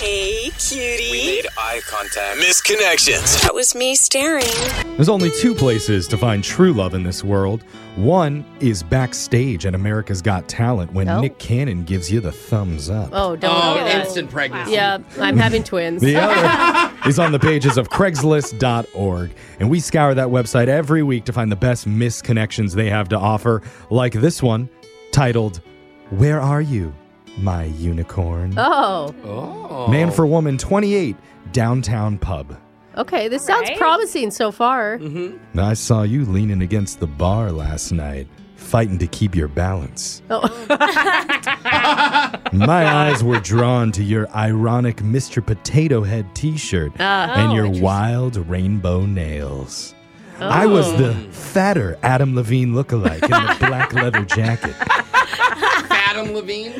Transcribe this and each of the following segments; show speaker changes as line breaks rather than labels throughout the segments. Hey, cutie.
We made eye contact. Misconnections.
that was me staring.
There's only two places to find true love in this world. One is backstage at America's Got Talent when
Oh.
Nick Cannon gives you the thumbs up.
Oh, don't do
Oh,
that.
instant pregnancy.
Yeah, I'm having twins.
The other is on the pages of Craigslist.org. And we scour that website every week to find the best misconnections they have to offer, like this one titled, Where Are You, My Unicorn?
Oh,
Oh.
Man for Woman 28, Downtown Pub.
okay. This sounds
Right?
promising so far.
Mm-hmm.
I saw you leaning against the bar last night, fighting to keep your balance.
Oh.
My eyes were drawn to your ironic Mr. Potato Head t shirt
Ah.
and
Oh,
your wild rainbow nails. I was the fatter Adam Levine lookalike in the black leather jacket.
Adam Levine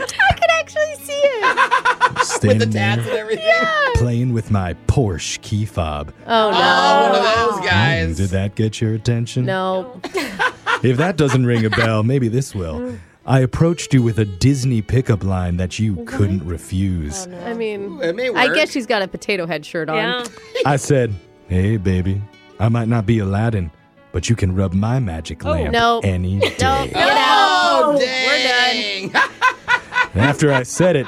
actually see it.
Standing
with the
there,
tats and everything.
playing with my Porsche key fob.
Oh,
Oh,
no.
one of those
Mm,
guys.
Did that get your attention?
No.
If that doesn't ring a bell, maybe this will. I approached you with a Disney pickup line that you couldn't refuse.
Oh,
I mean,
It may work.
I guess she's got a potato head shirt on.
Yeah.
I said, "Hey, baby, I might not be Aladdin, but you can rub my magic
Oh,
lamp
Nope.
any day."
Nope. Get out.
Oh,
We're
dang. We're done.
And After I said it,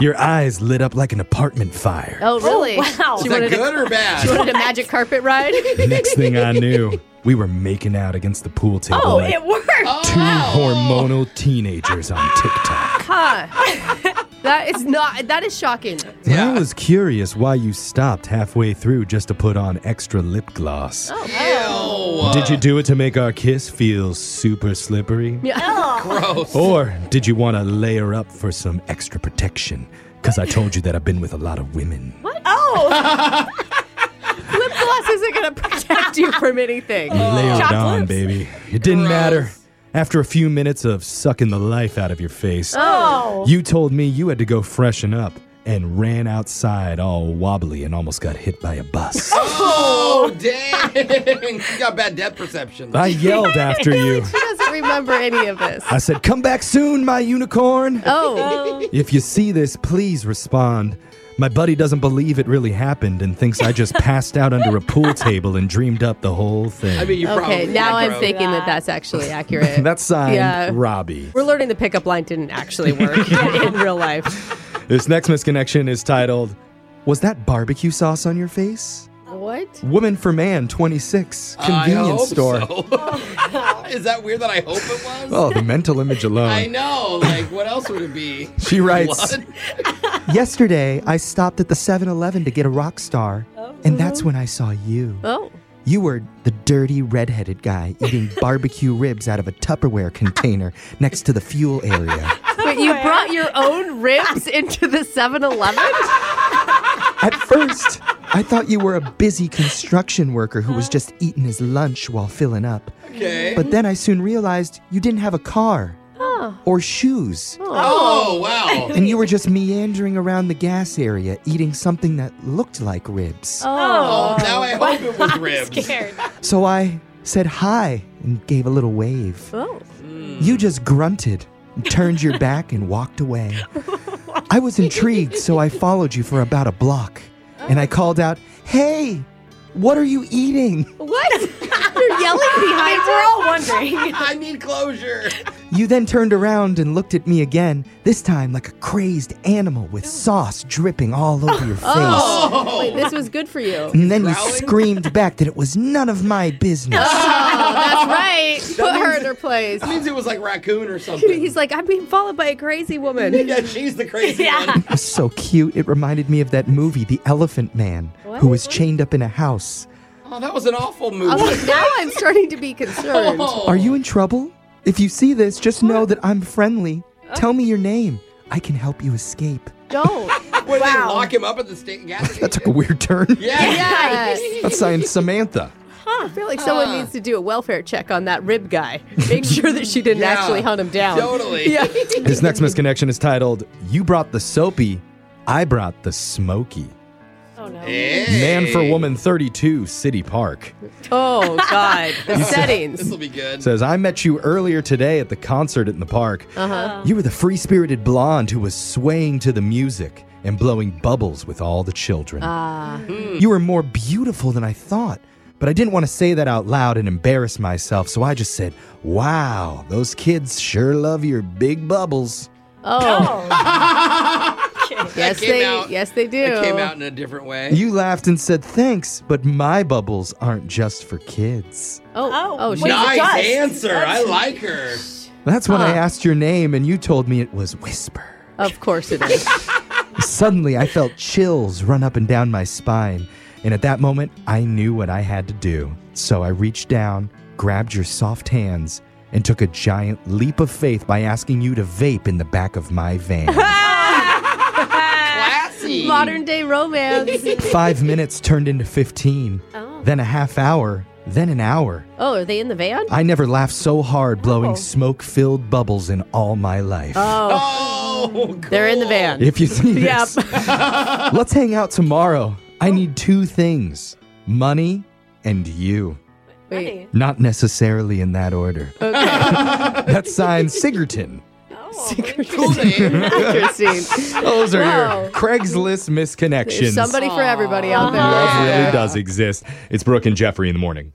your eyes lit up like an apartment fire.
Oh, really?
wow.
She
Is that
wanted, a,
good or
she
bad?
wanted a magic carpet ride?
Next thing I knew, we were making out against the pool table
Oh,
like
it worked.
two hormonal teenagers on TikTok.
huh. That is not, that is shocking.
I was curious why you stopped halfway through just to put on extra lip gloss.
Ew.
Did you do it to make our kiss feel super slippery?
Gross.
Or did you want to layer up for some extra protection? Because I told you that I've been with a lot of women.
Oh,
Lip gloss isn't going to protect you from anything.
You layered
Chopped
on,
lips.
baby. It didn't matter. After a few minutes of sucking the life out of your face,
oh.
you told me you had to go freshen up and ran outside all wobbly and almost got hit by a bus.
Oh, dang. she got bad depth perception.
I yelled after you.
She doesn't remember any of this.
I said, Come back soon, my unicorn.
Oh,
If you see this, please respond. My buddy doesn't believe it really happened and thinks I just passed out under a pool table and dreamed up the whole thing.
I mean, you probably.
Oh, okay. Now
yeah,
I'm
gross.
thinking that that's actually accurate.
That's signed
Yeah.
Robbie.
We're learning the pickup line didn't actually work in real life.
This next misconnection is titled, Was that barbecue sauce on your face?
What?
Woman for Man 26,
I hope
convenience store.
so. Is that weird that I hope it was?
Oh, the mental image
I
alone.
know. Like, what else would it be?
She writes,
Blood?
Yesterday, I stopped at the 7 Eleven to get a rock star,
Oh.
and that's when I saw you.
Oh.
You were the dirty redheaded guy eating barbecue ribs out of a Tupperware container next to the fuel area.
Wait, you brought your own ribs into the 7 Eleven?
At first, I thought you were a busy construction worker who was just eating his lunch while filling up.
Okay.
But then I soon realized you didn't have a car or shoes.
oh, wow.
And you were just meandering around the gas area eating something that looked like ribs.
Uh.
Oh, now I hope it was ribs.
Scared.
So I said hi and gave a little wave.
Oh.
You just grunted, turned your back, and walked away. I was intrigued, so I followed you for about a block. And I called out, Hey, what are you eating?
What? You're yelling behind
We're
her?
all wondering.
I need closure.
You then turned around and looked at me again, this time like a crazed animal with sauce dripping all over your face.
Oh,
This was good for you.
And then you
Growling?
screamed back that it was none of my business.
Oh, That's right. Put her in her place.
that means it was like raccoon or something.
He's like, I'm being followed by a crazy woman.
yeah, she's the crazy
Yeah.
It was so cute. It reminded me of that movie, The Elephant Man, who was chained up in a house.
one. Oh, that was an awful
I
movie.
was like, now I'm starting to be concerned.
Oh.
Are you in trouble? If you see this, just know that I'm friendly.
Uh.
Tell me your name. I can help you escape.
Don't.
What,
Wow.
they lock him up at the state gas station?
That took a weird turn.
yeah,
Yeah.
That's signed Samantha.
I feel like someone needs to do a welfare check on that rib guy. Make sure that she didn't
Yeah.
actually hunt him down.
Totally.
Yeah.
This next misconnection is titled, You Brought the Soapy, I Brought the Smoky.
Oh, no.
Man for
Hey.
Woman 32, City Park.
Oh, God. The
This
settings.
will be good.
Says, I met you earlier today at the concert in the park. You were the free spirited blonde who was swaying to the music. and blowing bubbles with all the children. You were more beautiful than I thought, but I didn't want to say that out loud and embarrass myself, so I just said, Wow, those kids sure love your big bubbles.
Oh,
That
yes
came
they,
out-
yes they do.
It came out in a different way.
You laughed and said, Thanks, but my bubbles aren't just for kids.
Oh,
Oh,
oh,
wait.
she-
nice
It does.
answer. I
That's-
like her.
That's when I asked your name, and you told me it was Whisper.
of course it is.
Suddenly, I felt chills run up and down my spine. And at that moment, I knew what I had to do. So I reached down, grabbed your soft hands, and took a giant leap of faith by asking you to vape in the back of my van.
Classy.
Modern day romance.
Five minutes turned into 15, then a half hour, then an hour.
Oh, are they in the van?
I never laughed so hard blowing smoke filled bubbles in all my life.
Oh,
They're in the
cool.
van.
If you see
Yep.
this, let's hang out tomorrow. I need two things money and you.
Wait.
Not necessarily in that order. That's signed Sigerton.
Oh,
Cool name.
Interesting.
Those are
Wow.
your Craigslist misconnections.
There's somebody for everybody out there.
Love
Yeah.
really does exist. It's Brooke and Jeffrey in the morning.